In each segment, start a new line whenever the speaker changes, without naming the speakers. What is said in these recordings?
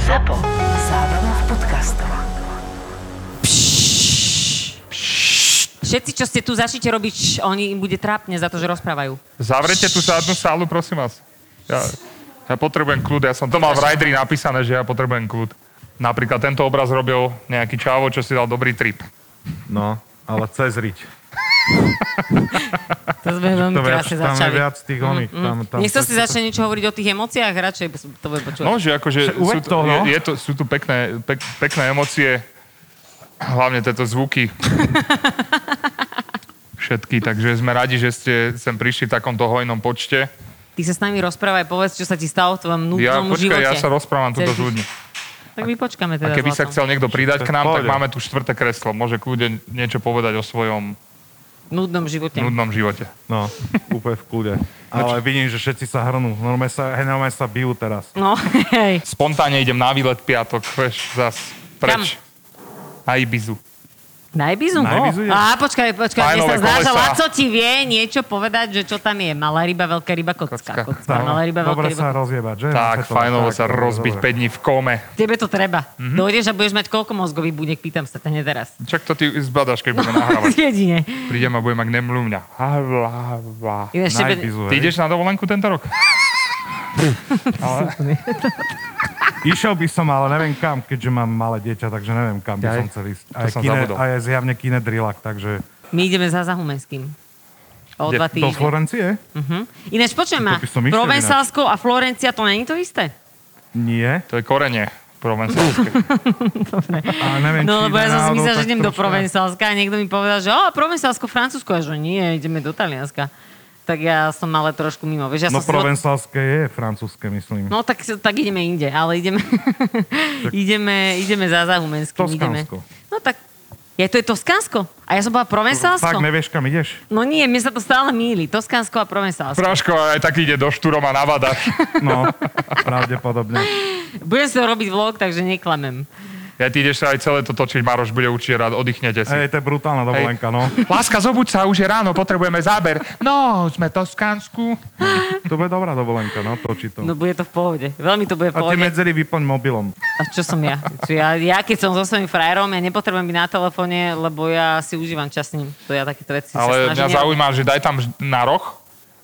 ZAPO. Zábrná v podcastov.
Všetci, čo ste tu začnite robiť, š, oni im bude trápne za to, že rozprávajú.
Zavrete tú zadnú sálu, prosím vás. Ja, ja potrebujem kľud, ja som to mal v Rajdri napísané, že ja potrebujem kľud. Napríklad tento obraz robil nejaký čávo, čo si dal dobrý trip.
No, ale cez riť.
To Mm, sme veľmi
To viac,
krásne
tam je
začali.
viac tých oných. Tam, tam,
Nechcel
to-
si začne niečo hovoriť o tých emóciách, radšej by som to bude počuť.
No, že akože
Však uveď
sú,
to,
to,
no.
je, je to, sú tu pekné, pek, pekné emócie, hlavne tieto zvuky. Všetky, takže sme radi, že ste sem prišli v takomto hojnom počte.
Ty sa s nami rozprávaj, povedz, čo sa ti stalo v tvojom
Ja,
vnútornom
počkaj,
živote.
ja sa rozprávam tuto
Chceš-
s ľuďmi.
Tak my počkáme
A
teda.
keby sa
zlatom.
chcel niekto pridať k nám, tak
Pohode.
máme tu štvrté kreslo. Môže kľude niečo povedať o svojom
V nudnom živote.
nudnom živote.
No, úplne v kľude. Ale vidím, že všetci sa hrnú. Normálne sa, hej, normálne sa bijú teraz.
No, hej.
Spontánne idem na výlet piatok, vieš, zas preč. Na Ibizu.
Na Ibizu?
Na Ibizu ideš?
Á, počkaj, počkaj, mne sa
Fajnové
zdá, že
kolesa.
Laco ti vie niečo povedať, že čo tam je. Malá ryba, veľká ryba,
Kocka.
kocka. Kocka,
Tá,
malá ryba, veľká
dobre
ryba.
sa rozjebať, že?
Tak,
Sa to-
fajnovo
tak,
sa
dobre,
rozbiť
dobre.
5 dní v kome.
Tebe to treba. Dojdeš a budeš mať koľko mozgových buniek, pýtam sa ťa hneď teraz.
Čak to ty zbadaš, keď budeme nahrávať.
Jedine.
Prídem a budem ak nemluvňa.
Ideš
Na
tebe...
Ibizu,
Ty
hej.
ideš na dovolenku tento rok?
Išiel by som, ale neviem kam, keďže mám malé dieťa, takže neviem kam by
Jaj,
som chcel ísť.
to
A je,
som
kine,
zabudol.
a je zjavne kine drilak, takže...
My ideme za Zahumenským. O
Kde?
dva
Do
týždne.
Florencie?
Mhm. Ináč, počujem ma,
To by som išiel
Provensalsko a Florencia, to není to isté?
Nie.
To je korenie. Provensalské.
A neviem, či
No, lebo ja
ide
som si
náhodou
myslela, že
tak
idem do
troška-
Provensalska a niekto mi povedal, že o, Provensalsko, Francúzsko, a že nie, ideme do Talianska. Tak ja som ale trošku mimo, vieš, ja
No
som si od-
provensalské je francúzske, myslím.
No tak, tak ideme inde, ale ideme, ideme, ideme za Zahumenským. Ideme.
Toskánsko.
No tak, je to je Toskánsko. A ja som bola Provensalsko.
Fakt nevieš, kam ideš?
No nie, mne sa to stále míli. Toskánsko a Provensalsko.
Práško aj tak ide do štúrom a navada.
No, pravdepodobne.
Budem si to robiť vlog, takže neklamem.
Ja ty ideš aj celé to točiť, Maroš bude určite rád, oddychnete si.
Hej, to je brutálna dovolenka, no.
Láska, zobuď sa, už je ráno, potrebujeme záber. No, sme v Toskánsku.
To bude dobrá dovolenka, no, točí to.
No bude to v pohode. Veľmi to bude v
A
pohode.
tie medzery vyplň mobilom.
A čo som ja? Čo ja? Ja keď som so svojím frajerom, ja nepotrebujem byť na telefóne, lebo ja si užívam čas s ním. To ja takéto veci sa
Ale mňa
snažím.
zaujíma, že daj tam vž- na roh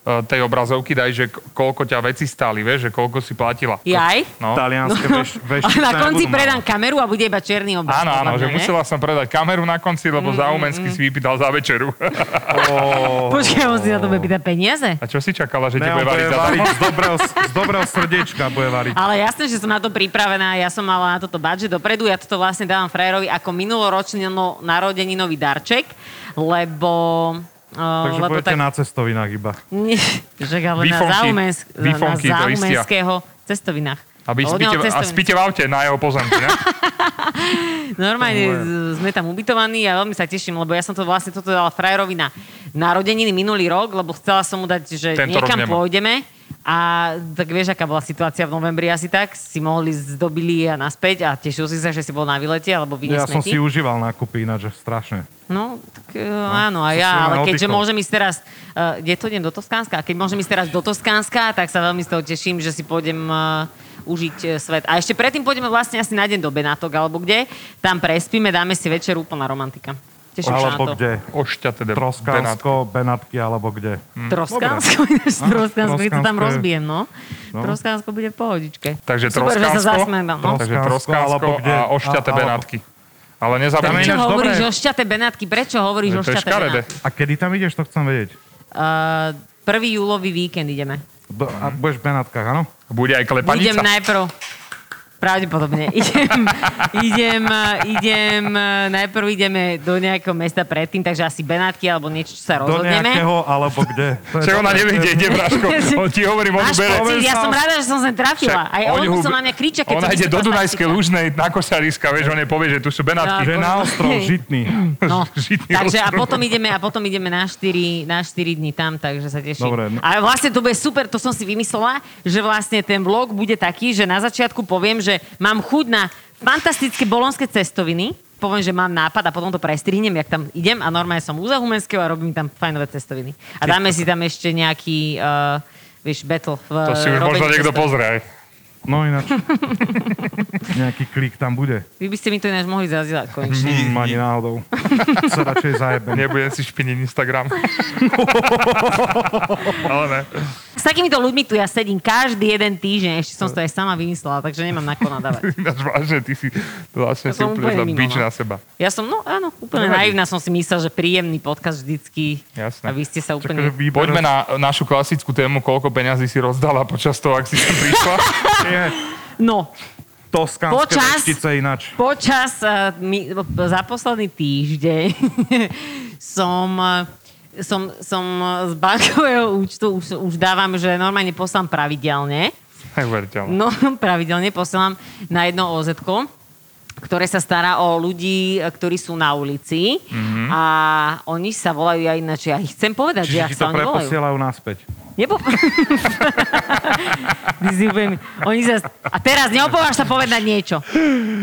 e, tej obrazovky, daj, že k- koľko ťa veci stáli, vieš, že koľko si platila.
Jaj?
No.
Talianské veš,
A
veštice
na konci
nebudú
predám
mať.
kameru a bude iba čierny obraz.
Áno,
podľa
áno, že
mňa, ne?
musela som predať kameru na konci, lebo mm, Zaumenský si vypýtal za večeru.
Počkaj, on si na to bude pýtať peniaze?
A čo si čakala, že ti
Ne, on
bude
bude
variť za
variť z dobrého, z dobrého srdiečka bude variť.
Ale jasné, že som na to pripravená, ja som mala na toto budget dopredu, ja toto vlastne dávam frajerovi ako minuloročný no, narodeninový darček, lebo... Uh,
Takže
lebo
budete na cestovinách iba.
Nie, Žak, ale na,
Výfonky.
Zaumensk,
Výfonky, to
na
istia.
Zaumenského cestovinách.
Aby
Od
spíte,
neho
a
cestoviny.
spíte v aute na jeho pozemku, ne?
Normálne
Moje.
z- sme tam ubytovaní a veľmi sa teším, lebo ja som to vlastne toto dala frajerovi na narodeniny minulý rok, lebo chcela som mu dať, že
Tento rok
niekam
nemá.
pôjdeme. A tak vieš, aká bola situácia v novembri asi tak, si mohli zdobili a naspäť a tešil si sa, že si bol na výlete alebo
Ja
vyniesme
som
ti.
si užíval nákupy ináč, že strašne.
No, tak e, áno, a
som si
ja,
len
ale keďže
oddychol.
môžem ísť teraz, uh, je to idem do Toskánska, a keď môžem ísť teraz do Toskánska, tak sa veľmi z toho teším, že si pôjdem uh, užiť e, svet. A ešte predtým pôjdeme vlastne asi na deň do Benátok, alebo kde, tam prespíme, dáme si večer úplná romantika. Teším sa na to.
Alebo kde?
Ošťa teda.
Troskánsko, Benátky alebo kde.
Troskánsko, ináč
Áno,
Troskánsko, keď to tam
Troskánsko je-
rozbijem, no.
No.
Troskánsko bude v pohodičke.
Takže
Super, že sa
Troskánsko,
zasmiem, no.
takže
Troskánsko,
Troskánsko
alebo kde?
a Ošťate
A- alebo-
Benátky. Ale
Tam je
nezabudnite.
Prečo
ináč
hovoríš
dobré.
o šťate Benátky? Prečo hovoríš o
To je
šťate
škaredé.
Benátky?
A kedy tam ideš, to chcem vedieť.
Uh, 1. júlový víkend ideme.
Do, a budeš v Benátkach, áno?
Bude aj klepanica.
Idem najprv, pravdepodobne, idem, idem, idem, najprv ideme do nejakého mesta predtým, takže asi Benátky alebo niečo, čo sa
Do
rozhodneme.
nejakého alebo kde. To je
Čo ona
dobré, to je-
nevidie, ide, Braško. On ti hovorím, on
Máš
ubere.
pocit, ja
no.
som rada, že som sem trafila. Aj on
ju-
musel na mňa kričať, keď
Ona
som
ide do
vystúpila z
Dunajskej
taxíka.
Lužnej na Kosariska, vieš, on jej povie, že tu sú Benátky.
Že na ostrov Žitný.
No,
Žitný
takže a
ostrov.
potom ideme, a potom ideme na 4, na 4 dní tam, takže sa teším.
Dobre, no.
A vlastne to bude super, to som si vymyslela, že vlastne ten vlog bude taký, že na začiatku poviem, že mám chuť na fantastické bolonské cestoviny, poviem, že mám nápad a potom to prestrihnem, jak tam idem a normálne som u Zahumenského a robím tam fajnové cestoviny. A dáme si tam ešte nejaký, uh, vieš, battle. V, eh,
To si už
robení
možno niekto
cestovín.
pozrie aj.
No ináč. Nejaký klik tam bude.
Vy by ste mi to ináč mohli zazdieľať
Mhm. Hm,
konečne.
Mm, ani náhodou. Sa radšej zajebem.
Nebudem si špiniť Instagram. Ale ne.
S takýmito ľuďmi tu ja sedím každý jeden týždeň. Ešte som si to aj sama vymyslela, takže nemám na koho nadávať.
Ináč vážne, ty si to vlastne
Ja
si
som úplne
úplne za
mimo,
bič
no.
na seba.
Ja som, no áno, úplne
Nevadí.
naivná som si myslela, že príjemný podcast vždycky.
Jasné.
A vy ste sa úplne...
Akože výber-
Poďme na našu klasickú tému, koľko peňazí si rozdala počas toho, ak si sem prišla.
Nie,
No,
toskánske
Počas-
veštice ináč.
Počas, eh, mi, za posledný týždeň som, eh, som, som eh, z bankového účtu už, už dávam, že normálne poslám pravidelne.
Neuveriteľné.
No, pravidelne posielam na jedno oz ktoré sa stará o ľudí, eh, ktorí sú na ulici mm-hmm. a oni sa volajú aj ináč. Ja ich chcem povedať, že ak
Mhm. Čiže ti
sa
to
oni volajú.
preposielajú naspäť.
Nepo... Ty si úplne- Oni sa... A teraz neopováš sa povedať niečo.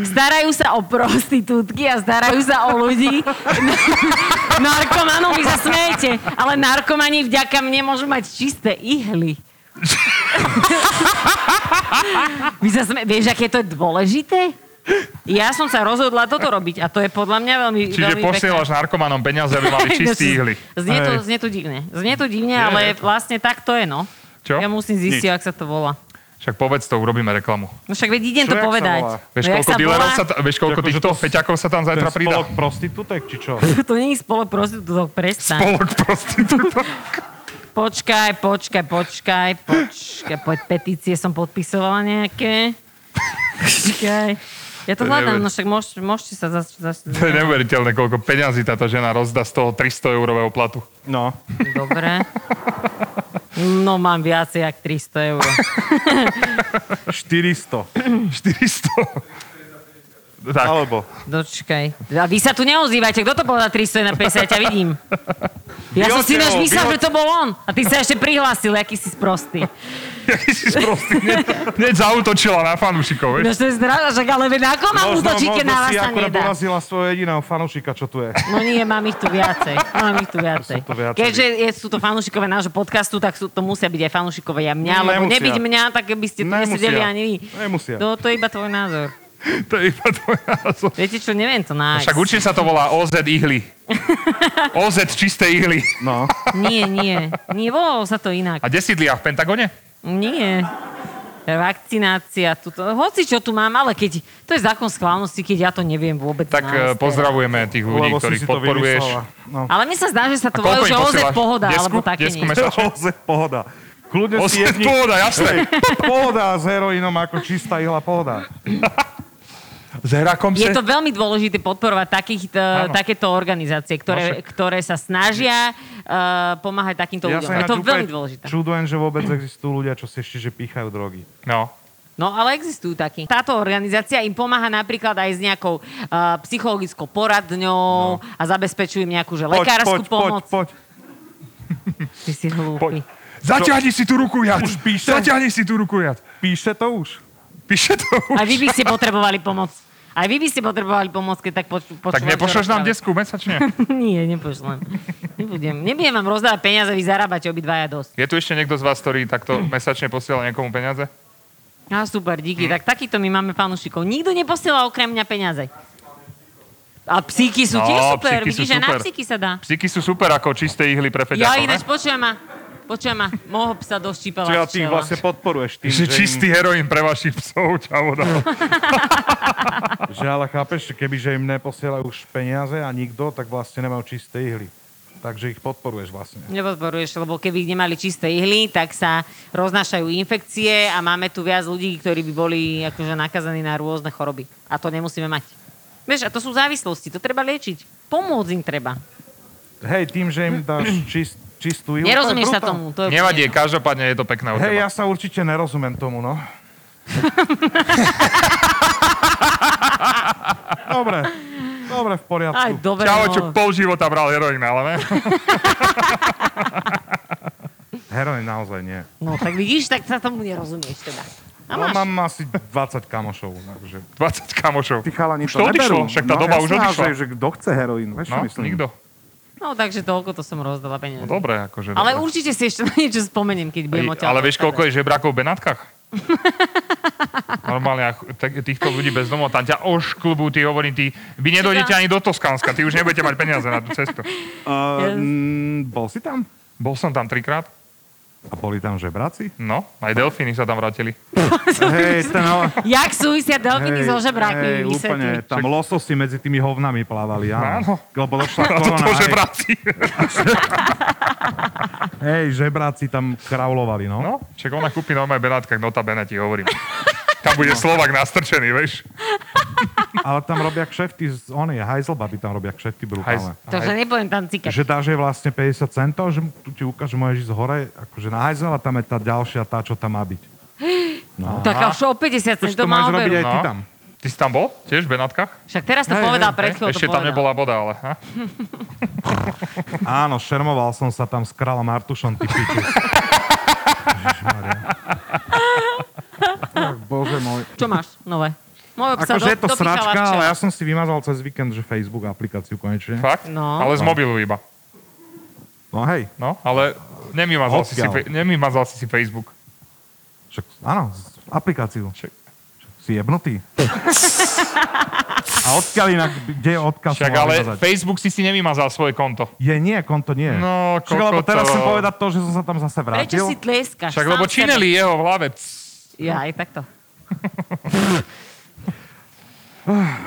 Starajú sa o prostitútky a starajú sa o ľudí. Narkomanov vy sa smejete, ale narkomani vďaka mne môžu mať čisté ihly. Vy sa sme... Vieš, aké to je dôležité? Ja som sa rozhodla toto robiť a to je podľa mňa veľmi
Čiže
veľmi pekné. No,
posielaš narkomanom peniaze, aby mali čistý ihly.
Znie to,
Hej.
znie to divne. Znie to divne, ale vlastne tak to je, no.
Čo?
Ja musím zistiť, ak sa to volá.
Však povedz to, urobíme reklamu.
No však veď idem
Čo,
to
jak sa
povedať.
volá?
Vieš,
No, jak
koľko dealerov sa, ta- vieš, koľko
Akože
týchto
to s-
peťakov sa tam
To je
zajtra pridá?
spolok prostitútek, či čo?
To nie je spolo prostitútok, prestaň.
Spolok prostitútok.
Počkaj, počkaj, počkaj, počkaj. Poď petície som podpisovala nejaké. Počkaj. Ja to
To
hľadám,
neviem.
no však môž, môžete sa zase... Zas,
To je neuveriteľné, koľko peňazí táto žena rozdá z toho 300 eurového platu.
No.
Dobre. No mám viacej jak 300 eur.
400.
400. Tak,
Alebo.
Dočkaj. A vy sa tu neozývajte. Kto to povedal 300 na 50? Ja ťa vidím. Ja som si
Vyhoďte
náš
ho,
myslel, že
vyhoď-
to bol on. A ty sa ešte prihlásil, aký si sprostý.
jaký si sprostý, hneď- hneď zautočila na fanúšikov,
No
vieš?
to je zdravá, však ale veď ako mám útočí, keď na vás
si
sa
akurát
nedá.
porazila svojho jediného fanúšika, čo tu je.
No nie, mám ich tu viacej. Mám ich tu viacej.
Sú tu viacej.
Keďže je, sú to fanúšikové nášho podcastu, tak sú, to musia byť aj fanúšikovia mňa, lebo
Nemusia.
nebyť mňa, tak by ste tu
Nemusia.
nesedeli ani vy.
Nemusia.
No to je iba tvoj názor.
To je iba tvoj názor.
Viete čo, neviem to nájsť.
Však určite sa to volá OZ ihly. OZ čisté ihly.
No.
Nie, nie. Nie, volalo sa to inak.
A kde sídlia? V Pentagone?
Nie. Vakcinácia, tuto, hoci čo tu mám, ale keď, to je zákon schválnosti, keď ja to neviem vôbec
Tak eh,
nájsť.
pozdravujeme tých ľudí,
Lebo si
ktorých
si to
podporuješ.
vymyslela. No.
Ale mne sa zdá, že sa to
koľko
volajú,
im
že OZ
posielaš?
pohoda,
Desku?
alebo také
Desku
niečo.
mesa-
Ozaj pohoda. Kľudne
OZ
si jedni...
pohoda, jasné.
Pohoda s heroínom ako čistá ihla pohoda.
S herakom
Je
se?
to veľmi dôležité podporovať takých, t- takéto organizácie,
No
ktoré, ktoré sa snažia uh, pomáhať takýmto ľuďom.
ináč
Je to
úplne
veľmi dôležité.
čudujem, že vôbec existujú ľudia, čo si ešte že pýchajú drogy.
No.
No ale existujú takí. Táto organizácia im pomáha napríklad aj s nejakou uh, psychologickou poradňou a zabezpečujú im nejakú že lekárskú pomoc.
No. poď, poď.
Ty si hlúpy.
Zaťahni si tú ruku, Jad.
Už píše?
Zaťahni si tú ruku, Jad.
Píše to už.
Píše to už.
Aj vy by ste potrebovali pomoc. Aj vy by ste potrebovali pomoc, keď tak poč- počúvate.
Tak nepošleš nám
rozprávy.
desku mesačne?
Nie, nepošlem. Nebudem. Nebudem vám rozdávať peniaze, vy zarábate obidvaja dosť.
Je tu ešte niekto z vás, ktorý takto mesačne posiela niekomu peniaze?
A super, díky. Tak takýto my máme fanúšikov. Nikto neposiela okrem mňa peniaze. A psíky sú
No,
tiež super.
psíky sú
Vidíš, že na
super.
psíky sa dá.
Psíky sú super ako čisté ihly pre
Ja
feďakov, ne?
ináč, počujem ma. Počujem ma. Môho psa doštípala.
Čiže ty ich
včela.
vlastne podporuješ tým,
Že
že,
čistý
Im,
heroín pre vašich psov, čavo no. dá.
že ale chápeš, že keby že im neposielajú už peniaze a nikto, tak vlastne nemajú čisté ihly. Takže ich podporuješ vlastne.
Nepodporuješ, lebo keby nemali čisté ihly, tak sa roznášajú infekcie a máme tu viac ľudí, ktorí by boli akože nakazení na rôzne choroby. A to nemusíme mať. Vieš, a to sú závislosti, to treba liečiť. Pomôcť im treba.
Hej, tým, že im dáš čist, čistú ihlu, to je
Nerozumieš sa
brutál.
tomu. To je
Nevadí, každopádne je to pekné od
Hej,
teba.
ja sa určite nerozumiem tomu, no. dobre, dobre, v poriadku.
Aj dobre,
Čavo, čo
no.
pol života bral heroín, ale ne?
Heroin naozaj nie.
no tak vidíš, tak sa tomu nerozumieš teda. A
No,
máš.
mám asi 20 kamošov. Takže.
20 kamošov.
Tí chalani
Už to odišlo, však tá
No,
doba už
jasné,
odišla.
Že, že kto chce heroín, vieš, čo
No,
myslím.
Eh,
nikto.
No takže toľko to som rozdala peniaze.
No dobre, akože.
ale
dobre.
určite si ešte na niečo spomeniem, keď budem o
Ej, ale vieš, koľko je žebrákov v Benátkach? Normálne ach- t- týchto ľudí bez domov, tam ťa ošklbú, ty hovorím, ty, vy nedojdete ani do Toskánska, ty už nebudete mať peniaze na tú cestu.
Uh, mm, bol si tam?
Bol som tam trikrát,
A boli tam žebráci?
no, aj delfíny sa tam vrátili.
Hej, ten, ho-
Jak súvisia delfíny
hej,
so žebrákmi?
hej,
mi vysvetli.
úplne, tam lososi medzi tými hovnami plávali,
Áno.
áno. Lebo došla
A
korona,
toto
hej,
žebráci.
hej, žebráci tam kraulovali, no.
No, čak ona kúpi normálne Benátka, nota Bene, ti hovorím. Tam bude Slovak nastrčený, vieš.
Ale tam robia kšefty, z onej, hajzlbaby tam robia kšefty brutálne.
To, že nebudem tam cikať.
Že dáš jej vlastne 50 centov, že mu- tu ti ukáže, môžeš ísť hore, akože na hajzel a tam je tá ďalšia, tá, čo tam má byť.
Tak už o 50
Takže
centov
to máš
má
robiť
oberu. no.
aj ty tam.
Ty si tam bol? Tiež v Benátkach?
Však teraz to
Hej,
povedal
hej,
pred chvíľou. to
Ešte tam
povedal.
nebola voda, ale. Ha?
Áno, šermoval som sa tam s kráľom Artušom, ty piču. Ježišmaria. Ach, Bože môj.
Čo máš nové? Môj obsah
Akože je to
do, dopíchala
sračka,
včera.
ale ja som si vymazal cez víkend, že Facebook aplikáciu konečne.
Fakt?
No.
Ale z mobilu iba.
No hej,
No, ale nemymazal si, si,
Odkiaľ?
fe- nemymazal si si Facebook.
však, áno, z- aplikáciu.
Však,
Si jebnutý. A odkiaľ inak, kde je odkaz?
však
mám
ale
vymazať?
Facebook si si nemymazal svoje konto.
Je nie, konto nie.
No,
Však, lebo
kokoto.
teraz chcem povedať to, že som sa tam zase vrátil.
Prečo si tlieskáš?
Však
sám
lebo
sebe?
čineli jeho v hlave. Cs.
Ja aj takto.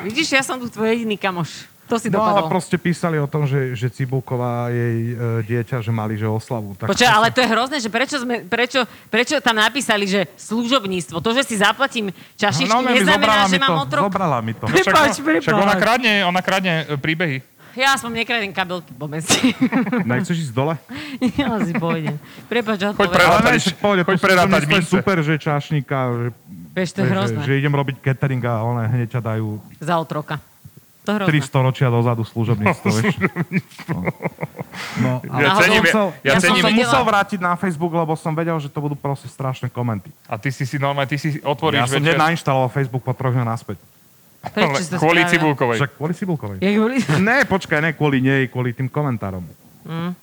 Vidíš, ja som tu tvoj jediný kamoš. To si
No ale
dopadlo.
proste písali o tom, že, že Cibulková jej e, dieťa, že mali že oslavu. Tak
Počkaj, ale to je hrozné, že prečo, sme, prečo, prečo tam napísali, že služobníctvo, to, že si zaplatím čašičku,
No, no, mi
neznamená,
zobrala
že
mi to,
mám otrok.
Zobrala mi to.
Však,
Prepáč,
však ona
prepáč.
kradne, ona kradne e, príbehy.
Ja aspoň nekradem kabelky po meste.
Nechceš ísť dole?
ja si pôjdem. Prepáč, ja
Choď
povedal.
prerátať.
Ale ne, však pohode,
Choď
to sú-
prerátať
to myslím,
mince.
super, že je čašníka, že,
Vieš, to je
že-
hrozné.
že, idem robiť catering a ona hneď ťa dajú
Za otroka. To je hrozné.
300 ročia dozadu služobníctvo, vieš. No,
Ja
Náhodou
cením,
som,
ja
ja som
cením.
vedela.
musel vrátiť na Facebook, lebo som vedel, že to budú proste strašné komenty.
A ty si si normálne, ty si
Ja
otvoríš
som
večer.
nenainštaloval Facebook po troch dňoch naspäť.
Prečo
Ale
sa
Kvôli
spravia?
Cibulkovej.
Však kvôli Sibulkovej.
Jak hovorí?
Ne, počkaj, ne kvôli nej, kvôli tým komentárom.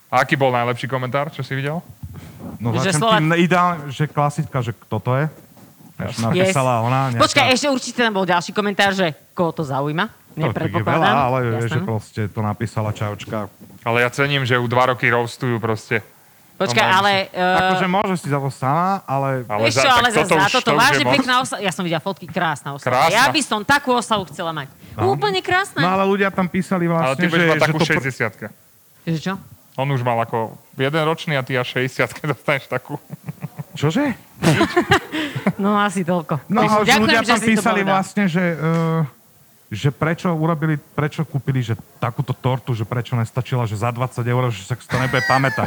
A aký bol najlepší komentár, čo si videl?
No
Že
začnem
Slovak-
tým ideálne, že klasická, že kto to je. Yes. Napísala ona. Nejaká...
Počkaj, e, ešte určite tam bol ďalší komentár, že koho to zaujíma.
to, to je veľa,
Nepredpokladám.
ale
Jasné.
Jasné. že proste to napísala čajočka.
Ale ja cením, že ju dva roky roastujú proste.
Počkaj,
Normálne
ale...
Uh...
Uh,
Akože môžeš si za to sama, ale...
Ale
vieš čo, ale za, za toto
už je
vážne
moc.
pekná osa. Ja som videla fotky, krásna osa.
Krásna.
Ja by som takú osavu chcela mať. Úplne krásna.
No ale ľudia tam písali
Ale ty
vlastne,
budeš
že,
mať
že
takú
to... pr-
60
Že čo?
On už mal ako jeden ročný a ty až 60 dostaneš takú.
Čože?
No asi toľko.
No a už
Ďakujem,
ľudia
že
tam
si to
písali
povedal.
vlastne, že... Uh, že prečo urobili, prečo kúpili že takúto tortu, že prečo nestačila, že za 20 eur, že sa to nebude pamätať.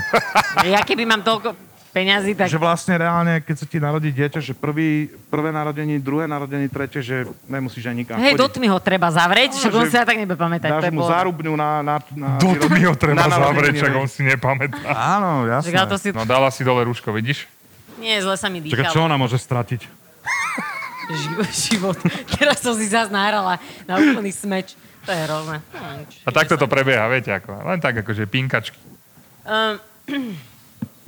Ja keby mám toľko peňazí, tak...
Že vlastne reálne, keď sa ti narodí dieťa, že prvý, prvé narodení, druhé narodení, tretie, že nemusíš ani nikam
Hej, do
chodiť.
tmy ho treba zavrieť,
No,
však on
že
sa aj tak nebude pamätať. to
Dáš
je
mu
pohoda.
zárubňu na... na, na
Do mi ho treba
na narodeniny,
zavrieť, čak
vieš.
on si nepamätá.
Áno, jasné.
Však ale to si...
No dala si dole rúško, vidíš?
Nie, zle sa mi
Čakaj, čo
dýchalo.
ona môže stratiť?
Život, život. Teraz som si zás nahrala na úplný smeč. To je hrozné. No, nič.
A takto to prebieha, viete ako. Len tak akože pinkačky.
Um,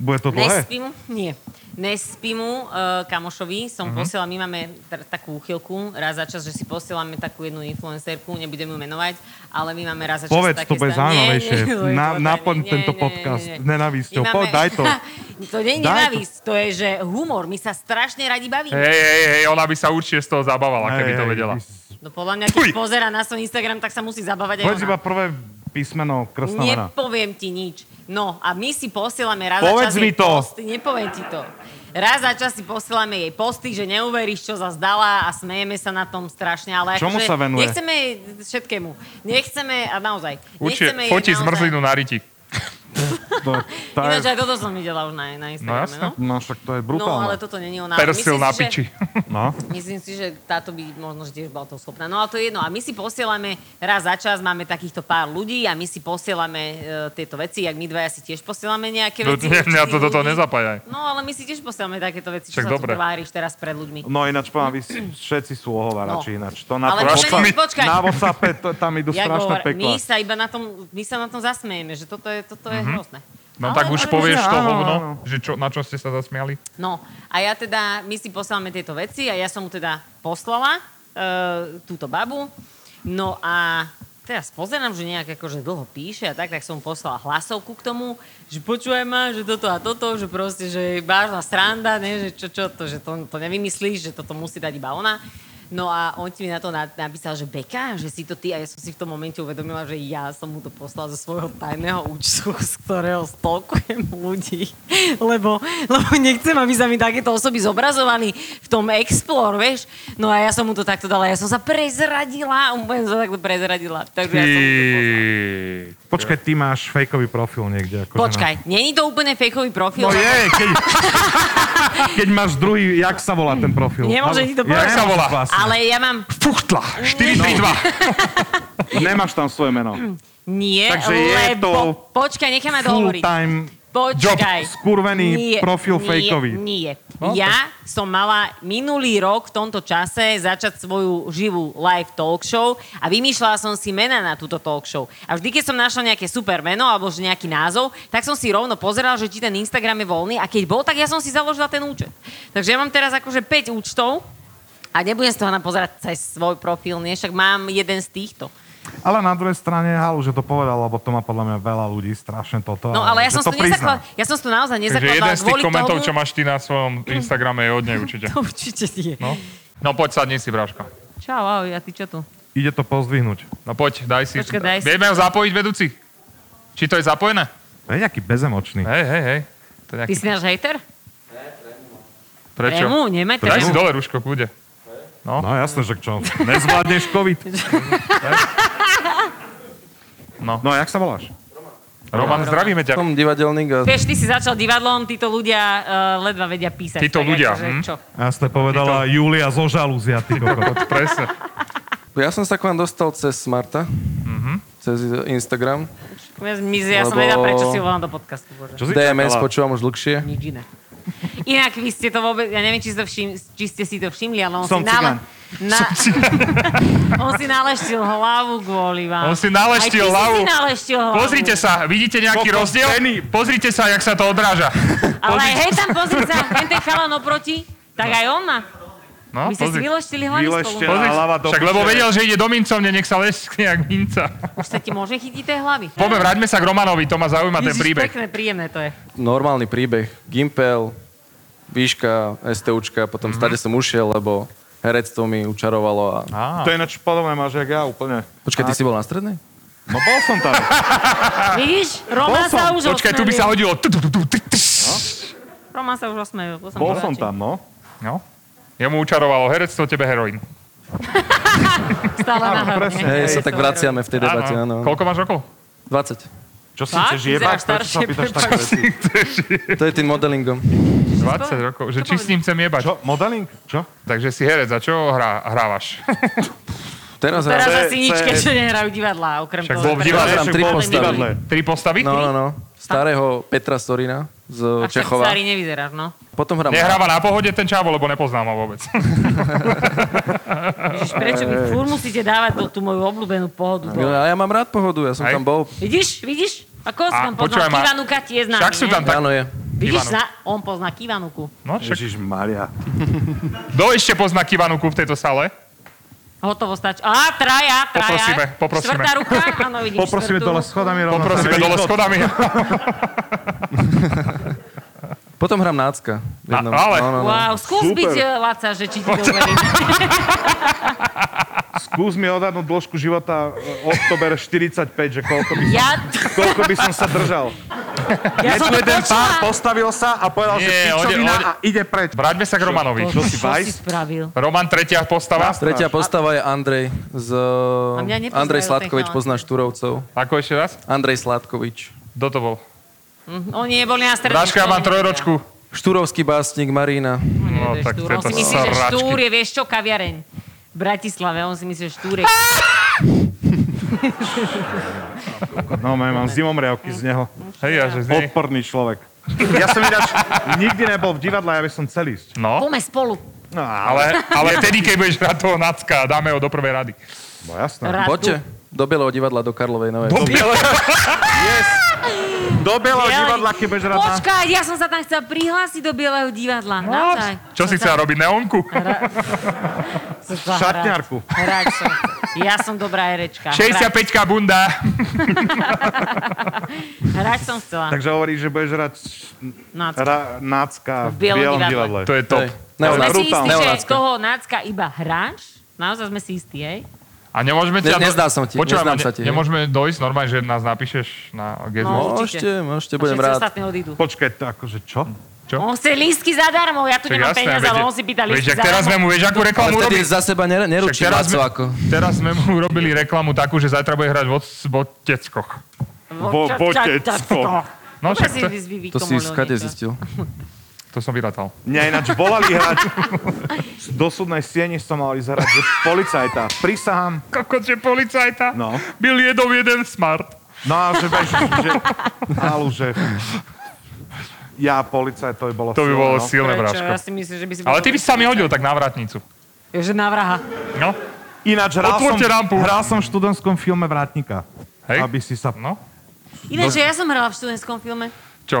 Bude to dlhé?
Nespím, nie. Nespím uh, kamošovi,
Mhm.
som uh-huh. posielala, my máme t- takú úchylku raz za čas, že si posielame takú jednu influencerku, nebudem ju menovať, ale my máme raz za čas
Povedz,
také
to bude
stan- Nie, nie,
zaujímavejšie.
to je
Na-
povedané.
naplň
Nie,
tento
nie, nie,
podcast
nie.
nenávisťou.
My
Poď,
máme-
daj to.
to nie je
Daj to. Eh.
nenávisť, to je, že humor, my sa strašne radi bavíme.
Hej, hej, hej, ona by sa určite z toho zabávala, keby
Hej,
to
hej,
vedela.
ty s-
No podľa mňa, keď
Fuj.
pozera na svoj Instagram, tak sa musí zabávať aj
Povedz
ona.
iba prvé písmeno krstného mena.
Nepoviem ti nič. No a my si posielame raz
Povedz
za čas
mi
jej
to.
posty. Nepoviem ti to. Raz za čas si posielame jej posty, že neuveríš, čo sa zdala a smejeme sa na tom strašne, ale
Čomu
akože
sa venuje?
Nechceme jej všetkému. Nechceme, a naozaj,
Určite
nechceme jej
fotí
naozaj-
zmrzlinu na riti.
To, tá
Ináč
je,
aj toto som videla už na, na Instagrame,
jasné.
no?
no však to je
No, ale
brutálne.
toto není ona.
Persil
Myslím
na
si, že-
piči.
No.
Myslím si, že táto by možno že tiež bola to schopná. No ale to je jedno. A my si posielame raz za čas, máme takýchto pár ľudí a my si posielame e, tieto veci, jak my dvaja si tiež posielame nejaké
No,
veci.
nie, mňa to do
určitých
toho
ľudí.
nezapájaj.
No ale my si tiež posielame takéto veci, čo
Však
sa
dobre.
tu tváriš teraz pred ľuďmi.
No ináč poviem, vy si- všetci sú ohovárači
No.
ináč. To na,
Ale
WhatsApp-
počkaj, počkaj.
na WhatsAppe, to, tam idú
Ja
strašné
hovor-
pekla.
my sa iba na tom, my sa na tom zasmejeme, že toto je, toto je hrozné. Ale-
No tak
ale-
už povieš to
áno,
hovno,
áno.
že čo, na čo ste sa zasmiali.
No a ja teda, my si posielame tieto veci a ja som mu teda poslala e, túto babu. No a teraz pozerám, že nejak akože dlho píše a tak, tak som mu poslala hlasovku k tomu, že počujem ma, že toto a toto, že proste, že je vážna sranda, ne, že čo, čo to, že to, to nevymyslíš, že toto musí dať iba ona. No a on ti mi na to na- napísal, že Beka, že si to ty a ja som si v tom momente uvedomila, že ja som mu to poslala zo svojho tajného účtu, z ktorého stalkujem ľudí. Lebo, lebo nechcem, aby sa mi takéto osoby zobrazovali v tom Explore, vieš. No a ja som mu to takto dala, ja som sa prezradila, úplne som sa takto prezradila. Takže ja som mu to poslala.
Ty...
Počkaj, ty máš fejkový profil niekde. Akože
Počkaj, není to úplne fejkový
Na...
profil.
No
lebo-
je, keď, keď máš druhý, jak sa volá ten profil?
Nemôže ti to
Jak
povedať.
sa volá?
Ale ja mám...
Fuchtla.
4-3-2.
Nemáš tam svoje meno.
Nie,
Takže je
lebo...
to
Počkaj, nechaj ma
Full
dohovoriť.
time.
Počkaj.
Job, skurvený profil fejkový.
Nie,
No,
Ja som mala minulý rok v tomto čase začať svoju živú live talk show a vymýšľala som si mena na túto talk show. A vždy, keď som našla nejaké super meno alebo že nejaký názov, tak som si rovno pozerala, že či ten Instagram je voľný a keď bol, tak ja som si založila ten účet. Takže ja mám teraz akože 5 účtov a nebudem z toho na pozerať cez svoj profil, nie? Však mám jeden z týchto.
Ale na druhej strane, halu, že to povedal, lebo to má podľa mňa veľa ľudí, strašne toto.
No ale ja
že
som, si
to
to nezakla-
prizná.
ja som si to naozaj
Takže jeden
nezakladala
z tých
kvôli
komentov,
tomu.
čo máš ty na svojom Instagrame, je od nej určite.
To určite nie.
No, no poď, sadni si, Braška.
Čau, ahoj, a ty čo tu?
Ide to pozdvihnúť.
No poď, daj si.
Počkaj, daj si.
Vieme ho zapojiť, vedúci? Či to je zapojené?
To je nejaký bezemočný.
Hej, hej, hej. To je
Ty
nejaký...
si náš hejter?
Prečo?
Tremu, nemaj
Daj si
tremu.
dole, Ruško, kúde.
No jasné, že čo? Nezvládneš COVID.
No.
No a jak sa voláš?
Roman, zdravíme ťa.
Som divadelník a
Vieš, ty si začal divadlom, títo ľudia uh, ledva vedia písať.
Títo
tak
ľudia,
Akože,
hm?
čo?
Jasne povedala Julia zo žalúzia, ty kokot.
Presne.
ja som sa k vám dostal cez Smarta, cez Instagram.
Ja, my, ja som
Lebo-
vedela, prečo si ho volám do podcastu. Bože.
Čo si
DMS
čakala?
počúvam už dlhšie.
Nič iné. Inak vy ste to vôbec, ja neviem, či, si to všim, či ste si to všimli, ale on
Som
si nále...
cigán.
Na... on si naleštil hlavu kvôli vám.
On si
Aj ty
naleštil hlavu.
Si si naleštil hlavu.
Pozrite sa, vidíte nejaký
Kokos
rozdiel?
Benny.
Pozrite sa, jak sa to odráža.
Ale aj hej tam, pozri sa, ten ten chalan oproti, tak aj on má.
No,
Vy ste si
pozri.
vyleštili hlavy spolu.
Vyleštila.
Pozri,
Hlava do
však lebo
piče.
vedel, že ide do mincovne, nech sa leskne jak minca.
Už sa ti môže chytiť tej hlavy.
Poďme, vráťme sa k Romanovi, to ma zaujíma ten
Ježiš,
príbeh.
pekné, príjemné to je.
Normálny príbeh. Gimpel, výška, STUčka, potom stade som ušiel, lebo herectvo mi učarovalo Mhm. a...
No. To je ináč podobné, máš jak ja úplne.
Počkaj, ty si bol na strednej?
No bol som tam.
Vidíš? Roman
Bol som.
sa už
Počkaj, tu by sa
osmevil.
hodilo. Tu, tu, tu, tu, tu, tu.
Roman sa už osmevil. To som bola
Bol som
či-
tam, no.
No. Jemu učarovalo herectvo, tebe heroin.
Stále na
presne.
hlavne.
Hej, sa tak vraciame v tej debate, áno.
Koľko máš rokov?
20.
Čo si
Tak?
chceš jebať?
Vyzeráš
Prečo sa
staršie,
pýtaš
prepáč.
také veci?
To je tým modelingom.
20 rokov. Že
Čo
či s ním chcem jebať.
Čo? Modeling? Čo?
Takže si herec, a čo hrá, hrávaš?
Teraz
Teraz
hrám...
asi nič, keďže nehrajú divadlá, okrem
Však
toho.
bol v
že
divadle.
predávajú
Hrám tri
len
postavy.
divadlá.
Tri postavy?
No, no, no. Starého Petra Sorina
A
z
však
Čechova.
starý nevyzeráš, no.
Potom hrám...
Nehráva na pohode ten čávo, lebo nepoznám ho vôbec.
Ježiš, prečo mi furt musíte dávať tú, tú moju obľúbenú pohodu? No.
A ja mám rád pohodu, ja som
Hej.
tam bol.
Vidíš, vidíš? A koho si
A
tam
počúvaj
poznal?
ma.
Kivanuka ti je známy,
Však sú
nie?
tam tak...
Áno, je.
Vidíš,
Kivanuk.
zna... on pozná Kivanuku.
No, však...
Ježiš Maria.
Kto ešte pozná Kivanuku v tejto sale?
Hotovo stačí. Á, traja, traja.
Poprosíme, poprosíme.
Štvrtá ruka, áno, vidíš.
Poprosíme
štvrtú
dole
ruku.
schodami rovno.
No,
Poprosíme
Ten
dole
východ.
schodami.
Potom hrám Nácka. v jednom.
ale-
No, no, no.
Wow, skús
Super.
byť, eh, Laca, že či ti to uverí.
Skús mi odhadnúť dĺžku života eh, október 45, že koľko by,
Ja,
koľko by som sa držal.
ja som to počula.
postavil sa a povedal,
Nie, ode-
pičovina
ode-
ide preč.
Vráťme sa k Romanovi.
Čo si, Vajs?
si spravil?
Roman, tretia postava.
Tretia postava je Andrej z...
mňa nepoznajú
Andrej
ten
Sladkovič,
chalán.
poznáš Turovcov.
Ako ešte raz?
Andrej Sladkovič.
Kto to bol?
Hm, Oni neboli na strednej
Dáška, ja mám trojročku.
Štúrovský básnik Marína.
No,
No, tak
tak
štúr. On
tieto
si myslí, že
sračky.
štúr je, vieš čo, kaviareň. V Bratislave, on si myslí, že štúr je...
No, man, mám zimom riavky z neho.
Hej, ja, že z nej.
Odporný človek. Ja som ináč nikdy nebol v divadle, ja by som chcel ísť.
No,
Poďme spolu.
No, ale...
ale, ale vtedy, keď budeš hrať toho Nacka, dáme ho do prvej rady.
No, jasné.
Radu.
Poďte do Bieleho divadla do Karlovej Novej.
Dobre, ale-
Yes, Do bieleho
Bielý.
divadla, keď budeš rád na...
Počkaj, ja som sa tam chcela prihlásiť do Bieleho divadla. No, naozaj.
Čo si chcela robiť, neonku?
Som chcela hrať.
šatňárku.
Hrať som. Ja som dobrá herečka. Hrať,
65 bunda.
hrať som chcela.
Takže hovoríš, že budeš hrať
No, a co?
ra, nácka
V
v
bielom
bielom
divadle.
divadle.
To je top.
Hej,
Sme
neonácka.
si
brutálne.
istí, že
Neonácka.
toho nácka iba hráš? Naozaj sme si istí, hej?
A nemôžeme
Ne-
ťa... do-
nezdá som ti,
Počúvaj ma,
neznám sa
ne,
ti, hej.
nemôžeme dojsť normálne, že nás napíšeš na
No.
Gezu.
určite.
Môžete, môžete, budem
A všetci
rád.
ostatní odídu.
Počkaj, to akože čo?
On chce lístky zadarmo, ja tu nemám peniaze, ale on si pýta
vieš,
lístky
ak teraz sme
zadarmo.
mu, vieš, akú
Ale
reklamu
vtedy
urobil?
za seba ner- neručí
teraz
Laco
sme-
ako.
Teraz sme mu urobili reklamu takú, že zajtra bude hrať v Oc- v Oteckoch.
Vo-
Čo- čo-
botecko.
čo- čo-
No
Dobre
však
si
to,
vy- vy-
To si
vykomolil
skade
niečo.
zistil.
to som vyratal.
Mňa ináč volali hrať. Do súdnej siene som mal ísť hrať že policajta. Prisahám.
Kokot, že policajta.
No.
Byl jedov jeden smart.
No a že bež, že... Álu, že... Ja, policajt, to by bolo
To by
silné,
bolo
no.
silné,
Prečo? Ja
Bráško.
si myslím, že by si...
Ale ty by si sa mi hodil tak na vratnicu.
Jože na vraha.
No,
Ináč, hral som,
Otvorte rampu.
hral som v študentskom filme Vrátnika.
hej.
Aby si sa...
No,
Ináč, že ja som hrala v študentskom filme.
čo?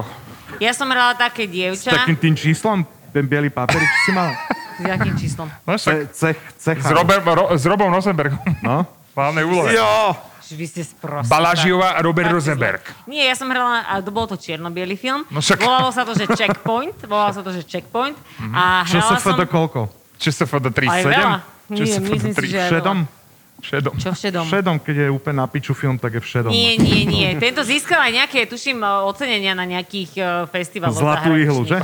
Ja som hrala také dievča.
Takým tým číslom, ten bielý papierik si mal.
S jakým číslom?
No, však,
Ce, cech, cech,
s, Robert, ro, s Robom Rosenbergom.
No?
V hlavnej úlohe.
Jo!
Že vy ste sprostá.
Balažiová a Robert Rosenberg.
Nie, ja som hrala, a to bol to čierno-bielý film.
No však. Mhm.
Volalo sa to, že Checkpoint. Volalo sa to, že Checkpoint. A
Čo sa
hrala som...
do koľko?
Čo sa do
Aj
3, 7?
veľa.
Čo
Nie,
sa foto
myslím si,
tri?
že aj veľa.
Šedom?
Šedom.
Čo všedom?
Šedom, keď je úplne na piču film, tak je v šedom.
Nie, nie, nie. Tento získal aj nejaké, tuším, eh, ocenenia na nejakých eh, festivaloch.
Zlatú
zahraničných.
ihlu, že?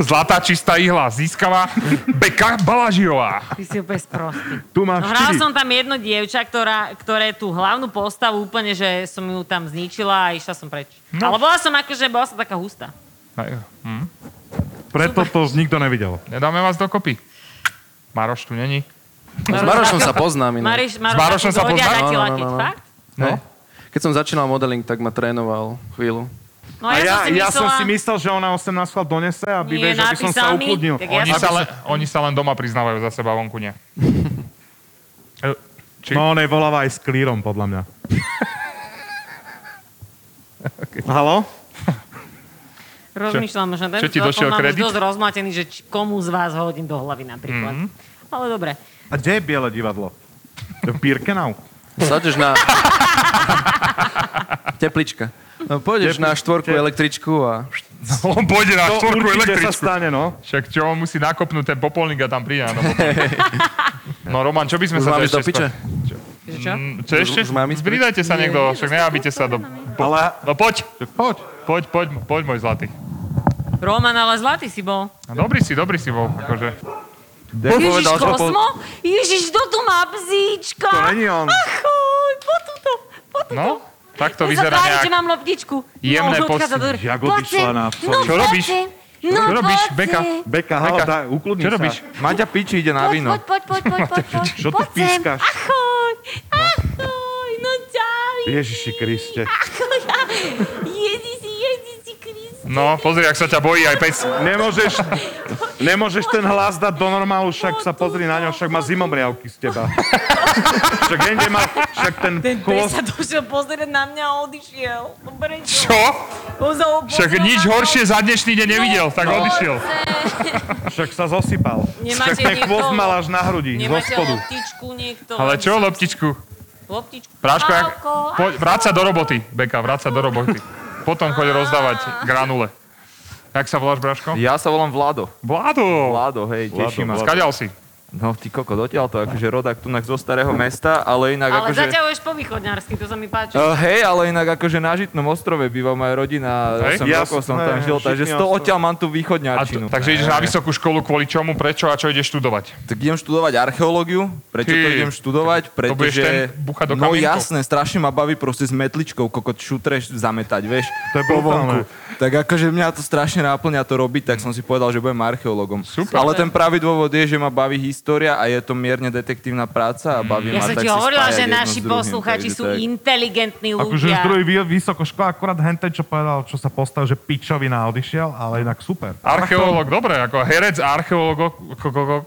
Zlatá čistá ihla získava Beka Balažiová.
Ty si úplne sprostý.
Tu mám
No, hral
štyri.
som tam jedno dievča, ktorá, ktoré tú hlavnú postavu úplne, že som ju tam zničila a išla som preč.
No.
Ale bola som akože, bola som taká hustá.
Aj, Hm.
Preto to nikto nevidel.
Nedáme vás dokopy. Maroš tu není.
No,
S Marošom sa poznám inak.
Mariš, Maroš,
S Marošom sa pozná-
No,
No, no, no, no.
Fakt?
No. Keď som začínal modeling, tak ma trénoval chvíľu.
No,
A ja,
ja
ja som si
myslela-
myslel, že ona 18 chlap donese, aby,
Nie,
vieš, aby som sa
napísal mi,
ukludnil.
tak
Oni
Ja
sa,
som-
len, oni sa len doma priznávajú za seba, vonku nie. E, Či,
No, on je voláva aj s klírom, podľa mňa. Halo?
Rozmýšľam, že ten
Čo ti došiel
telefon mám už
kredit?
dosť rozmlatený, že či, komu z vás ho hodím do hlavy napríklad.
Mhm.
Ale dobre.
A kde je biele divadlo? V Birkenau.
Sadneš na... Teplička. No, pôjdeš na štvorku električku a...
No, on pôjde na
To
štvorku
určite sa
električku.
stane, no.
Však čo, on musí nakopnúť ten popolník a tam príde na to No Roman, čo by sme
Už
sa
mám ísť do
ešte...
piče?
spýtali?
Že čo?
Mm, Čo
Už-
ešte?
už mám ísť
Pridajte sa niekto,
no,
však nehabíte sa do...
Ale
No poď,
poď.
poď, poď, poď môj zlatý.
Roman, ale zlatý si bol.
No, Dobrý si, dobrý si bol, akože.
Ježiš,
Povedal, čo po-
Kosmo? Ježiš, kto tu má psíčka?
To není on.
Ach, chuj, po tuto, po tuto.
No, tak to
Ja
vyzerá
sa tvárim,
nejak.
že mám loptičku. no,
jemné
už odchádza
posty.
do-
Jak
Poď
odišla
sem.
na psovi.
No,
Čo
poď
robíš?
sem. No,
Čo robíš,
poď
Beka?
sem.
Beka, halo,
Beka,
daj, ukludni
čo
sa.
robíš?
Maťa piči ide na
Poď, poď, poď, poď, poď, poď, poď.
Čo tu
Poď sem.
pískaš?
Ahoj, ahoj, no čau.
Ježiši Kriste.
Ahoj, Ježiši, Ježiši, Kriste.
No, pozri, ak sa ťa bojí aj pes.
Nemôžeš, nemôžeš ten hlas dať do normálu, však sa pozri na ňo, však má zimomriavky z teba. Však inde má, však ten,
Ten pes
kôz,
sa došiel pozrieť na mňa a odišiel. Dobre,
Čo?
On sa ho
Však
pozrel na
nič
No. mňa.
horšie za dnešný deň nevidel, tak odišiel.
však sa zosypal. Však
Nemáte
ten chvost
niekto-
mal až na hrudi, zo
Nemáte
spodu.
loptičku niekto?
Ale čo, loptičku?
Loptičku.
Práško, jak...
Pálko,
Poď, vráť sa do roboty, Beka, vráť sa do roboty. Potom choď rozdávať granule. Jak sa voláš, Braško?
Ja sa volám Vlado.
Vládo!
Vlado, hej, teší ma.
Skáďal si.
No, ty koko, dotiaľ to, akože rodak tu zo starého mesta, ale inak
Ale
akože...
zaťahuješ po východňarsky, to sa mi páči.
No,
Uh, hej, ale inak akože na Žitnom ostrove býva moja rodina,
Hej?
8
Ja
rokov
som-
som tam
hej,
žil, takže
Žitný
z toho
ostrov.
odtiaľ mám tú
A t-
východňarčinu.
takže ideš na vysokú školu kvôli čomu, prečo a čo ideš študovať?
Tak idem študovať archeológiu. Prečo to
Ty.
idem študovať?
budeš ten
Pretože...
buchať do
no
kamienkov.
jasné, strašne ma baví proste s metličkou kokot šutreš zametať, vieš.
To je
po vonku.
brutálne.
Tak akože mňa to strašne náplňa to robiť, tak som si povedal, že budem archeológom.
Super.
Ale ten pravý dôvod je, že ma baví his- história a je to mierne detektívna práca a baví
Mm. Ja
ma
som
tak
ti
si
hovorila,
spájať
že
jedno s
naši
druhým,
poslucháči
takže
sú
tak.
inteligentní
Akože už
ľudia.
druhý vy- vysokoško, akurát henten, čo povedal, čo sa postavil, že pičovina odišiel, ale inak super.
Archeológ, dobre, ako herec, archeológ, ko- ko- ko-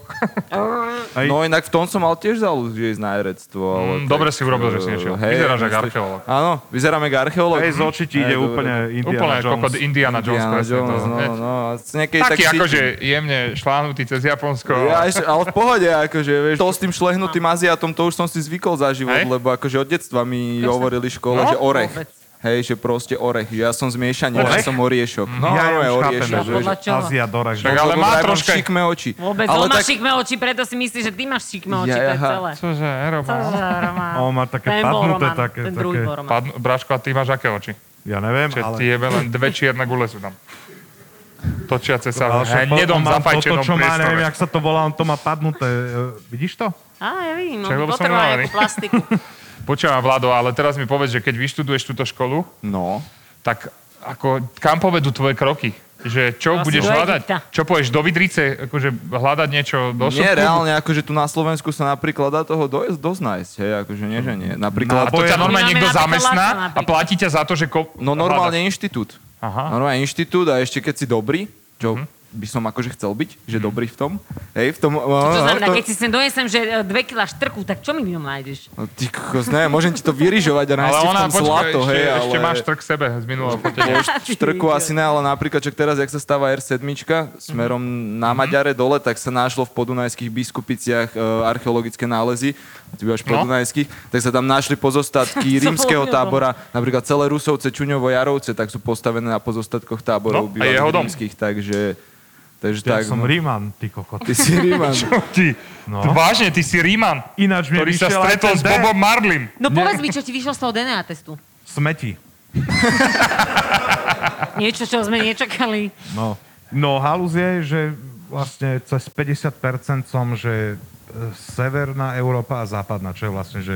Hej.
No inak v tom som mal tiež záľud, že ísť na herectvo. ale
Mm,
tak,
dobre si urobil, že si
eh,
nešiel.
hej,
Vyzeráš jak
myslíš-
archeológ.
Áno, vyzerám jak archeológ.
Hej, z očí ti ide
Hej, dobre.
úplne
úplne
Indiana
ako
Jones.
Indiana Jones,
Indiana
presne to.
Jones, no,
Hej.
no. a Niekedy tak
Taký
cítim.
akože jemne šláhnutý cez Japonsko.
Ja ešte, ale v pohode, akože, vieš, to s tým šlehnutým
No.
Aziatom, to už som si zvykol za život,
Hej.
lebo akože od detstva mi hovorili v škole,
No,
že orech.
vôbec.
Hej, že proste orech. Ja som zmiešaný, ja
Orech?
som oriešok. No,
ja
normálne
už chápem,
oriešok.
No,
že
podľa čoho?
Ázia dorek.
Však ale
Lebo
má
vraj mám
troška-
šikmé oči.
Vôbec,
ale
on má šikmé oči, preto si myslíš, že ty máš šikmé oči,
Ja,
to je
aha.
celé.
Cože, Ero, má-
Cože, Roman?
On má také
Ten bol
padnuté,
Roman,
také-
Ten druhý
také-
bol Roman.
Padn- Braško, a ty máš aké oči?
Ja neviem,
Čiže
ale...
ty jebe len dve čierne gule sú tam. Točiace sa
ale
v
však
hnedom
on má
zafajčenom
Toto, čo má, neviem,
priestore.
jak sa to volá, on to má padnuté. e, Vidíš to?
Á, ja vidím, on
Však, lebo som
potreboval
unavený.
nejakú plastiku.
Počúvam, Vlado, ale teraz mi povedz, že keď vyštuduješ túto školu,
No.
tak ako, kam povedú tvoje kroky? Že čo
Asi
budeš
do
hľadať?
Egypta.
Čo poješ do Vidrice? Akože hľadať niečo do šupku?
Nie, reálne, akože tu na Slovensku sa napríklad dá toho dosť, dosť nájsť, hej, akože nie, že nie.
Mhm. No, A
Napríklad,
to ťa normálne
My máme
niekto
napríklad
zamestná
Laca
a
napríklad.
platí ťa za to, že... Ko-
no normálne inštitút.
Aha. Mhm.
Normálne inštitút a ešte keď si dobrý, čo by som akože chcel byť, že dobrý v tom, hej, v tom... No,
Čo znamená, keď si sem donesem, že 2 kg štrku, tak čo mi v ňom nájdeš?
No, Ty kokos, ne, môžem ti to vyrižovať a
Ale
nájsť ti v
ona,
tom
počkaj,
zlato,
ešte,
hej, ale...
ešte máš trk sebe z minulého fotenia.
v trku asi ne, ale napríklad, čak teraz, jak sa stáva R7 smerom
Mhm.
na Maďare dole, tak sa našlo v podunajských biskupiciach e, archeologické nálezy, a ty bývaš v
No.
podunajských, tak sa tam našli pozostatky
Som bol
rímskeho tábora, napríklad celé Rusovce, Čuňovo, Jarovce, tak sú postavené na pozostatkoch
No,
táborov
a
bývalých
jeho dom.
rímskych, takže... Takže
Ja
tak,
som
no.
Ríman, ty kokot.
Ty si Ríman.
Ty,
No.
no. vážne, ty si Ríman,
Ináč mi
ktorý sa
vyšiel aj
stretol
ten
s
D.
Bobom Marlim.
No povedz mi, čo ti vyšlo z toho DNA testu.
Smeti.
Niečo, čo sme nečakali.
No. No, halus je, že vlastne cez 50% som, že e, Severná Európa a Západná, čo je vlastne, že...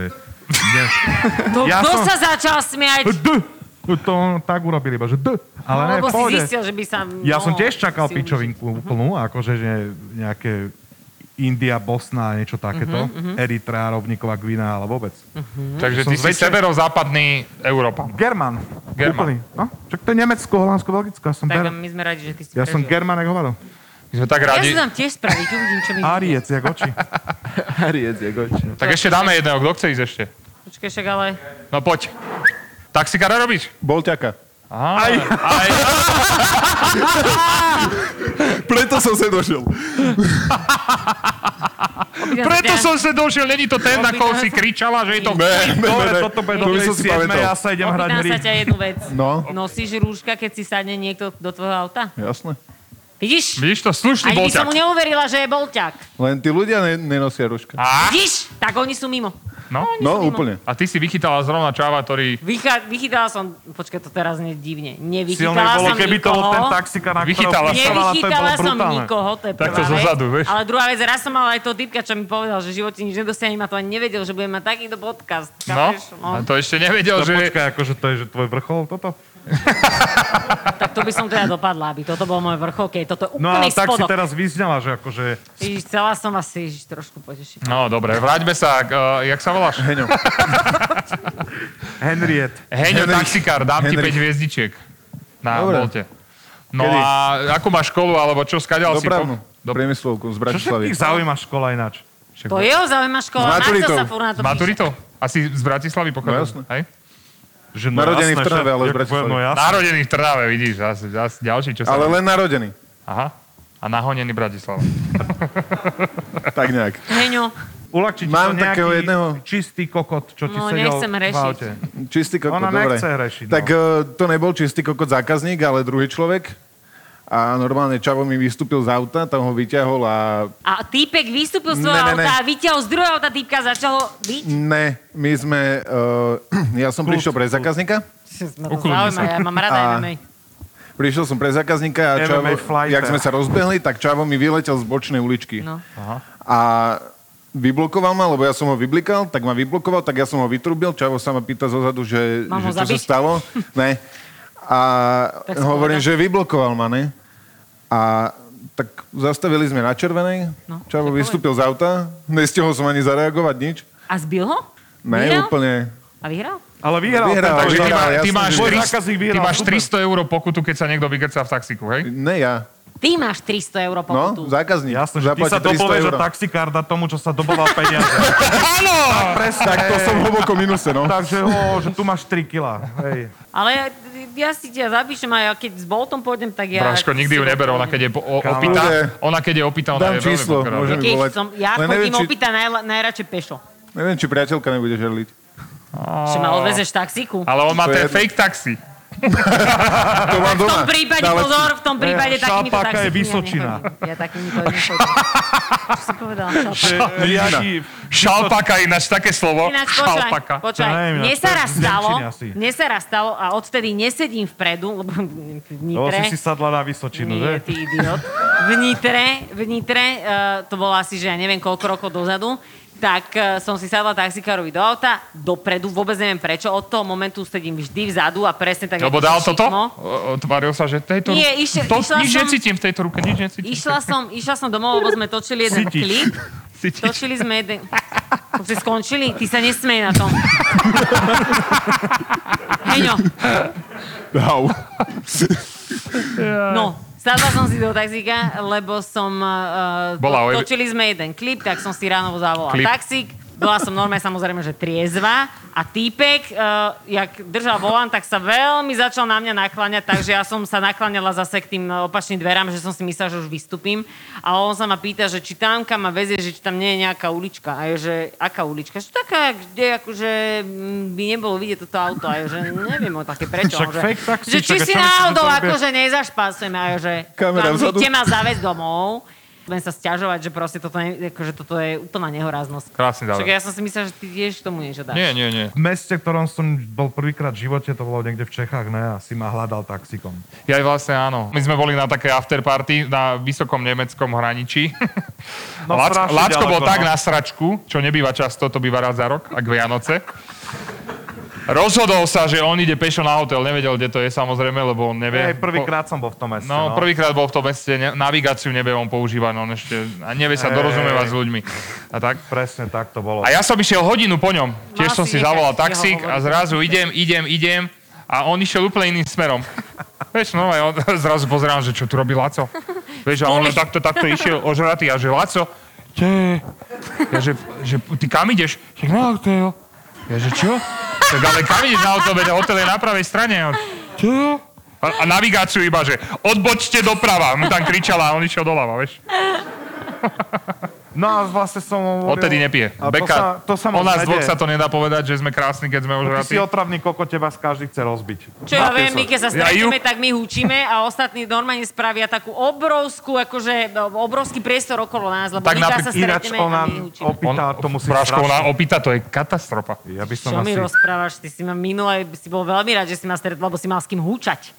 Ne,
To,
Ja
kto
som-
sa začal smiať?
D! To on tak urobili, iba, že D! Ale ne,
No, Lebo
v
si
pohode.
zistil, že by sa...
Ja som
no,
tiež čakal
si
pičovinku úplnú, akože že nejaké India, Bosna, niečo
Mhm,
takéto. Eritrea, Rovníková Gvina, ale vôbec.
Takže
Mm.
ty
Som
si
zväčšený.
severozápadný Európan.
German.
German.
Úplný. No, čak to je Nemecko, Holandsko, Belgicko. Ja som,
Tak
ber...
my sme radi, že ty si
ja som
prežil.
German, jak hovado.
My sme tak
Ja
radi.
si tam tiež spraviť, uvidím, čo mi...
Ariec, jak oči.
Hariec, jak oči.
Tak ešte dáme jedného, kto chce ísť ešte?
Počkaj, však ale...
No poď. Taxikára robíš?
Bolťaka.
Aha, aj. aj.
Preto som sa došiel.
No,
Preto som sa došiel, není to ten, na koho si kričala, že je to...
Dobre, toto bude
to
do
by som si
7,
pamätal.
ja sa idem hrať
Opýtam
hry.
sa ťa jednu vec.
No.
Nosíš rúška, keď si sadne niekto do tvojho auta?
Jasné.
Vidíš?
Vidíš to, slušný
Ani by som mu
bolťak.
neuverila, že je bolťak.
Len tí ľudia ne- nenosia ruška.
Á,
Vidíš? Tak oni sú mimo.
no.
No úplne.
A ty si vychytala zrovna čáva, ktorý...
Vycha- vychytala som, počkaj, to teraz nie divne,
Silné
nevychytala
bolo,
som
keby to
nikoho.
bol ten taxikár, na ktorého
Vychytala som.
pisovala, to je bolo
Nevychytala som
brutálne.
nikoho, to je prvá
Takto zo
vec.
zadu, vieš.
Ale druhá vec, raz som mal aj toho typka, čo mi povedal, že v živote nič nedosiahnem a to ani nevedel, že budem mať takýto podcast.
No,
Chápeš?
a to ešte nevedel,
To
že...
počkaj, akože to je že tvoj vrchol toto?
Tak to by som teda dopadla, aby toto bol môj vrchol, keď toto je
No a
úplný
tak si
spodok.
teraz vyznala, že akože...
Ježiš, chcela som asi ježiš, trošku potešiť.
No, dobre, vráťme sa, k, eh, jak sa voláš?
Heňo.
Henriette.
Heňo,
Henry.
taxikár, dám ti
Henry.
5 hviezdičiek na
Dobre.
Bolte. No
Kedy?
a akú máš školu, alebo čo, skadiaľ si...
Dopravnú.
Do...
Priemyslovku z
Čo
Bratislavy.
všetkých zaujíma škola ináč?
To je zaujímavá škola, na
S
to
maturitou.
sa furt na to
S maturitou? Asi z Bratislavy
No
pochádzam.
jasné.
hej?
Že no,
Narodený
jasné,
v Trnave,
že-
ale z
jak poviem,
Bratislavy.
No jasné.
Narodený v Trnave, vidíš, zase, zase ďalší, čo sa...
Ale len narodený.
Aha. A nahonený Bratislava.
Tak nejak.
píše. Heňo,
Uľahčí ti
Mám
to nejaký
takého jedného.
čistý kokot, čo ti
No,
sedel
nechcem
v
rešiť.
aute.
Čistý kokot,
Ona
dobre.
nechce hrešiť, no.
Tak e, to nebol čistý kokot zákazník, ale druhý človek. A normálne Čavo mi vystúpil z auta, tam ho vyťahol a
a týpek vystúpil z tvojho
Ne, ne, ne.
auta a vyťahol z druhého auta týpka a začal ho byť.
ne, my sme, e, ja som prišiel pre
Ma
zákazníka,
to
Ukludni
zaujíma, ja mám rada
A-
MMA.
prišiel som pre zákazníka a Čavo,
MMA flighter.
jak sme sa rozbehli, tak Čavo mi vyletel z bočnej uličky.
No.
A vyblokoval ma, lebo ja som ho vyblikal, tak ma vyblokoval, tak ja som ho vytrubil. Čavo sa ma pýta zozadu, že,
Mám
že
ho
čo sa
zabiť?
stalo. Ne. A
Tak som
hovorím,
povedal.
že vyblokoval ma, ne? A tak zastavili sme na červenej,
No,
no, Čavo
tak
vystúpil z auta, nestihol som ani zareagovať nič.
A zbil ho?
Ne,
Vyhral?
úplne.
A vyhral?
Ale vyhral.
Vyhral,
ten
Takže ty,
Vyhral,
má, ty,
jasné,
máš
že-
Tvoj
300,
zákazník vyhral,
ty máš
super.
300 eur pokutu, keď sa niekto vygrca v taxíku, hej?
Ne ja.
Ty máš 300 eur
No,
pokutu.
zákazník.
Jasné, že ty
Zaplatí
sa
300
dopovieš
eur.
a taxikár dá tomu, čo sa doboval peniaze.
Presne, tak to som hlboko minuse, no.
Takže ho, že tu máš 3 kila. Hej.
Ale ja si ťa zapíšem a ja keď s Boltom pôjdem, tak ja...
Braško nikdy ju neber, ona keď je po- o-
Kámo.
opýta,
Bude.
ona keď je opýta, ona
Dám
je veľmi
číslo,
pokorná.
môžem-
Keď
volať.
som, ja
Len neviem,
chodím
či-
opýtať najla, najradšej pešo.
Neviem, či priateľka nebude žerliť.
Že ma odvezeš v taxíku.
Ale on má
To je
ten
jedno.
fake taxi.
To mám
V
doma.
tom prípade,
Dále-
pozor, v tom prípade
Ja,
takýmito
Eh, šalpáka
taxíkmi
je Vysočina.
Ja, nechodím. ja takýmito nechodím. Čo som povedala? šalpáka?
Riadi...
Šalpaka, ináč také slovo.
Ináč, počúvaj,
Šalpaka.
počúvaj.
Ja neviem,
Mne
to
sa
je
raz
z Nemčiny
stalo,
asi.
mne sa raz stalo a odtedy nesedím vpredu, lebo v
No,
Lebo
Nitre.
si si sadla na Vysočinu, že?
Nie, ty idiot. V Nitre, v Nitre eh, to bolo asi, že ja neviem koľko rokov dozadu, tak eh, som si sadla taxikárovi do auta, dopredu, vôbec neviem prečo, od toho momentu sedím vždy vzadu a presne tak...
Lebo
ako
dal
to
toto?
šikmo.
O- Otváril sa, že tejto...
No. Nie, išla-
to,
išla
nič
som-
necítim v tejto ruke, nič necítim.
Išla som, išla som domov, lebo sme točili jeden
Cítiš.
klip.
Cítiš?
Točili sme jeden... Už ste skončili? Ty sa nesmej na tom. Heňo,
Au.
No, sadla som si do taxíka, lebo som... Uh,
Bola o-
točili sme jeden klip, tak som si ráno zavolala
Klip.
taxík. Bola som normálne samozrejme, že triezva a týpek, uh, jak držal volant, tak sa veľmi začal na mňa nakláňať, takže ja som sa nakláňala zase k tým eh, opačným dverám, že som si myslela, že už vystúpim. A on sa ma pýta, že či tam kam ma vezie, že či tam nie je nejaká ulička. A je, že aká ulička? Že taká, kde akože mm, by nebolo vidieť toto auto. A je, že neviem o také prečo.
Však
On že,
fake taxi,
že či
čak, a
si
čo myslíš, že to
náhodou
robia?
akože že nezašpasujem a ja, že pán,
Kamera vzadu.
musíte ma zavesť domov. Budem sa stiažovať, že proste toto, je, akože toto je úplná nehoráznosť.
Krásny záver.
Však ja som si myslel, že ty tiež k tomu niečo dáš.
Nie, nie, nie.
V meste, v ktorom som bol prvýkrát v živote, to bolo niekde v Čechách, ne, a si ma hľadal taxikom.
Ja aj vlastne áno. My sme boli na také afterparty na vysokom nemeckom hraničí.
No,
Lac-
strašne
Lacko
ďaleko,
bol tak
no.
na sračku, čo nebýva často, to býva raz za rok, ak Vianoce. Rozhodol sa, že on ide pešo na hotel, nevedel, kde to je samozrejme, lebo on nevie.
Hej, prvýkrát som bol v tom meste,
No,
no.
prvýkrát bol v tom meste, ne, navigáciu nevie on používať, no on ešte a nevie sa dorozumievať s ľuďmi. A tak.
Presne tak to bolo.
A ja som išiel hodinu po ňom. Tiež
Mal
som
si
si
nechať
zavolal
jeho
taxík a
hovoriť.
zrazu idem, idem, idem a on išiel úplne iným smerom. Vieš, no a ja zrazu pozerám, že čo tu robí Laco. Vieš, a on len takto, takto išiel ožratý a že Laco, te, ja, že, že ty kam ideš? Tak na hotel. Ja, že čo? Tak ale kam ideš na hotel? Veď hotel je na pravej strane. A On, čo? A, a navigáciu iba, že odbočte doprava. Mu tam kričala a on išiel doľava, vieš.
No a vlastne som mu hovoril...
Odtedy nepije.
A to sa,
Beka,
to sa
o
moc
nás dvoch
nedie.
sa to nedá povedať, že sme krásni, keď sme
Ty
ožratí.
si otravný koko, teba z každý chce rozbiť.
Čo ja
Napil
viem,
som.
my keď sa
Ja
stretneme,
ju-
tak my hučíme a ostatní normálne spravia takú obrovskú, akože obrovský priestor okolo nás, lebo
Tak
my sa
napríklad-
Ináč
stretneme a
ona
my hučíme.
opýta, to musí
Práško, ona
strašne.
opýta, to je katastrofa.
Ja by som
Čo mi
asi...
rozprávaš? Ty si ma minule, si bol veľmi rád, že si ma stretol, lebo si mal s kým húčať.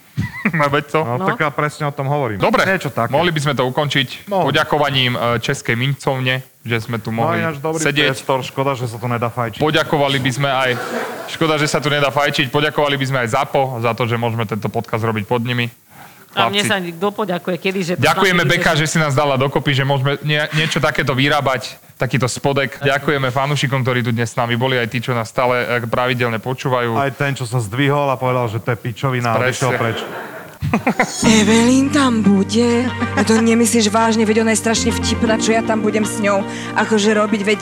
No, veď to.
No, tak ja presne o tom hovorím.
Dobre,
Niečo také.
mohli by sme to ukončiť
Mohli.
poďakovaním e, Českej mincovne, že sme tu
No
mohli
ináč dobrý
sedieť.
priestor, škoda, že sa to nedá fajčiť.
Poďakovali by sme aj, škoda, že sa tu nedá fajčiť, poďakovali by sme aj ZAPO za to, že môžeme tento podcast robiť pod nimi.
A mne
Chlapci,
sa nikto poďakuje, kedy, že...
Ďakujeme Beka, že si nás dala dokopy, že môžeme nie, niečo takéto vyrábať, takýto spodek. Ďakujeme fanúšikom, ktorí tu dnes s nami boli, aj tí, čo nás stále e, pravidelne počúvajú.
Aj ten, čo sa zdvihol a povedal, že to je pičovina a
Presne.
vyšiel preč.
Evelyn tam bude? A to nemyslíš vážne, veď ona je strašne vtipná, čo ja tam budem s ňou akože robiť, veď...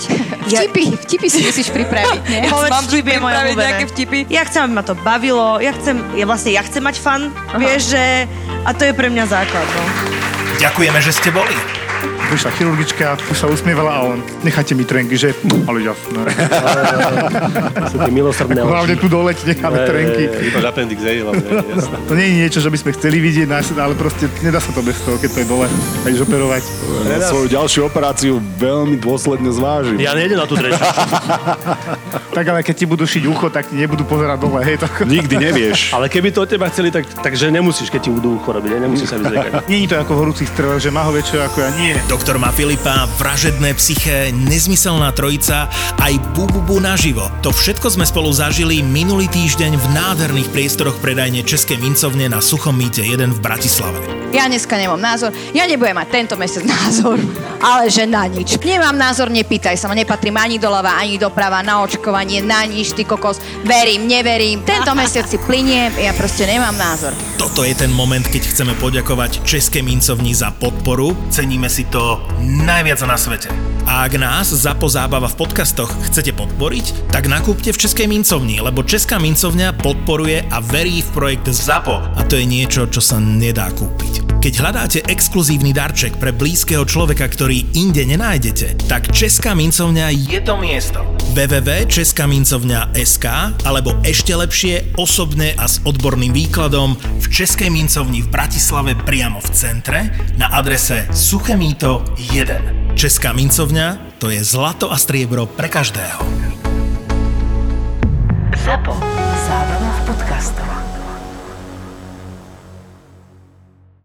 Ja...
Vtipy, vtipy si musíš pripraviť, nie?
Povedz,
Mám
vtipy je moje
pripraviť
obľúbené.
nejaké vtipy?
Ja chcem, aby ma to bavilo, ja chcem, ja vlastne ja chcem mať fan, vieš, že... A to je pre mňa základ, no.
Ďakujeme, že ste boli.
Prišla chirurgička, už sa usmievala a on, necháte mi trenky, že? Ale jasné.
Sú tie milosrdné
Hlavne tu dole ti necháme trenky.
Iba appendix, hej, hlavne.
To nie je niečo, že by sme chceli vidieť, nás- ale proste nedá sa to bez toho, keď to je dole. Takže operovať.
Svoju ďalšiu operáciu veľmi dôsledne zvážim. Ja nejdem na tú drešu.
Tak ale keď ti budú šiť ucho, tak ti nebudú pozerať dole. Hej, to...
Nikdy nevieš. Ale keby to od teba chceli, tak, takže nemusíš, keď ti budú ucho robiť, hej, nemusíš sa vyzliekať.
Není to ako horúci strel, že má ho väčšie ako ja. Nie.
Doktor má Filipa, vražedné psyché, nezmyselná trojica, aj Bububu naživo. To všetko sme spolu zažili minulý týždeň v nádherných priestoroch predajne Českej mincovne na Suchom mýte 1 v Bratislave.
Ja dneska nemám názor, ja nebudem mať tento mesiac názor, ale že na nič. Nemám názor, nepýtaj sa ma, nepatrím ani doľava, ani doprava, na očkovanie, na nič, ty kokos, verím, neverím, tento mesiac si pliniem, ja proste nemám názor.
Toto je ten moment, keď chceme poďakovať Českej mincovni za podporu. Ceníme si to najviac na svete. A ak nás za pozábava v podcastoch chcete podporiť, tak nakúpte v Českej mincovni, lebo Česká mincovňa podporuje a verí v projekt ZAPO. A to je niečo, čo sa nedá kúpiť. Keď hľadáte exkluzívny darček pre blízkeho človeka, ktorý inde nenájdete, tak Česká mincovňa je to miesto. www.českamincovňa.sk alebo ešte lepšie osobne a s odborným výkladom v Českej mincovni v Bratislave priamo v centre na adrese Suchemíto 1. Česká mincovňa to je zlato a striebro pre každého.
Zapo. Zábrná v podcastovách.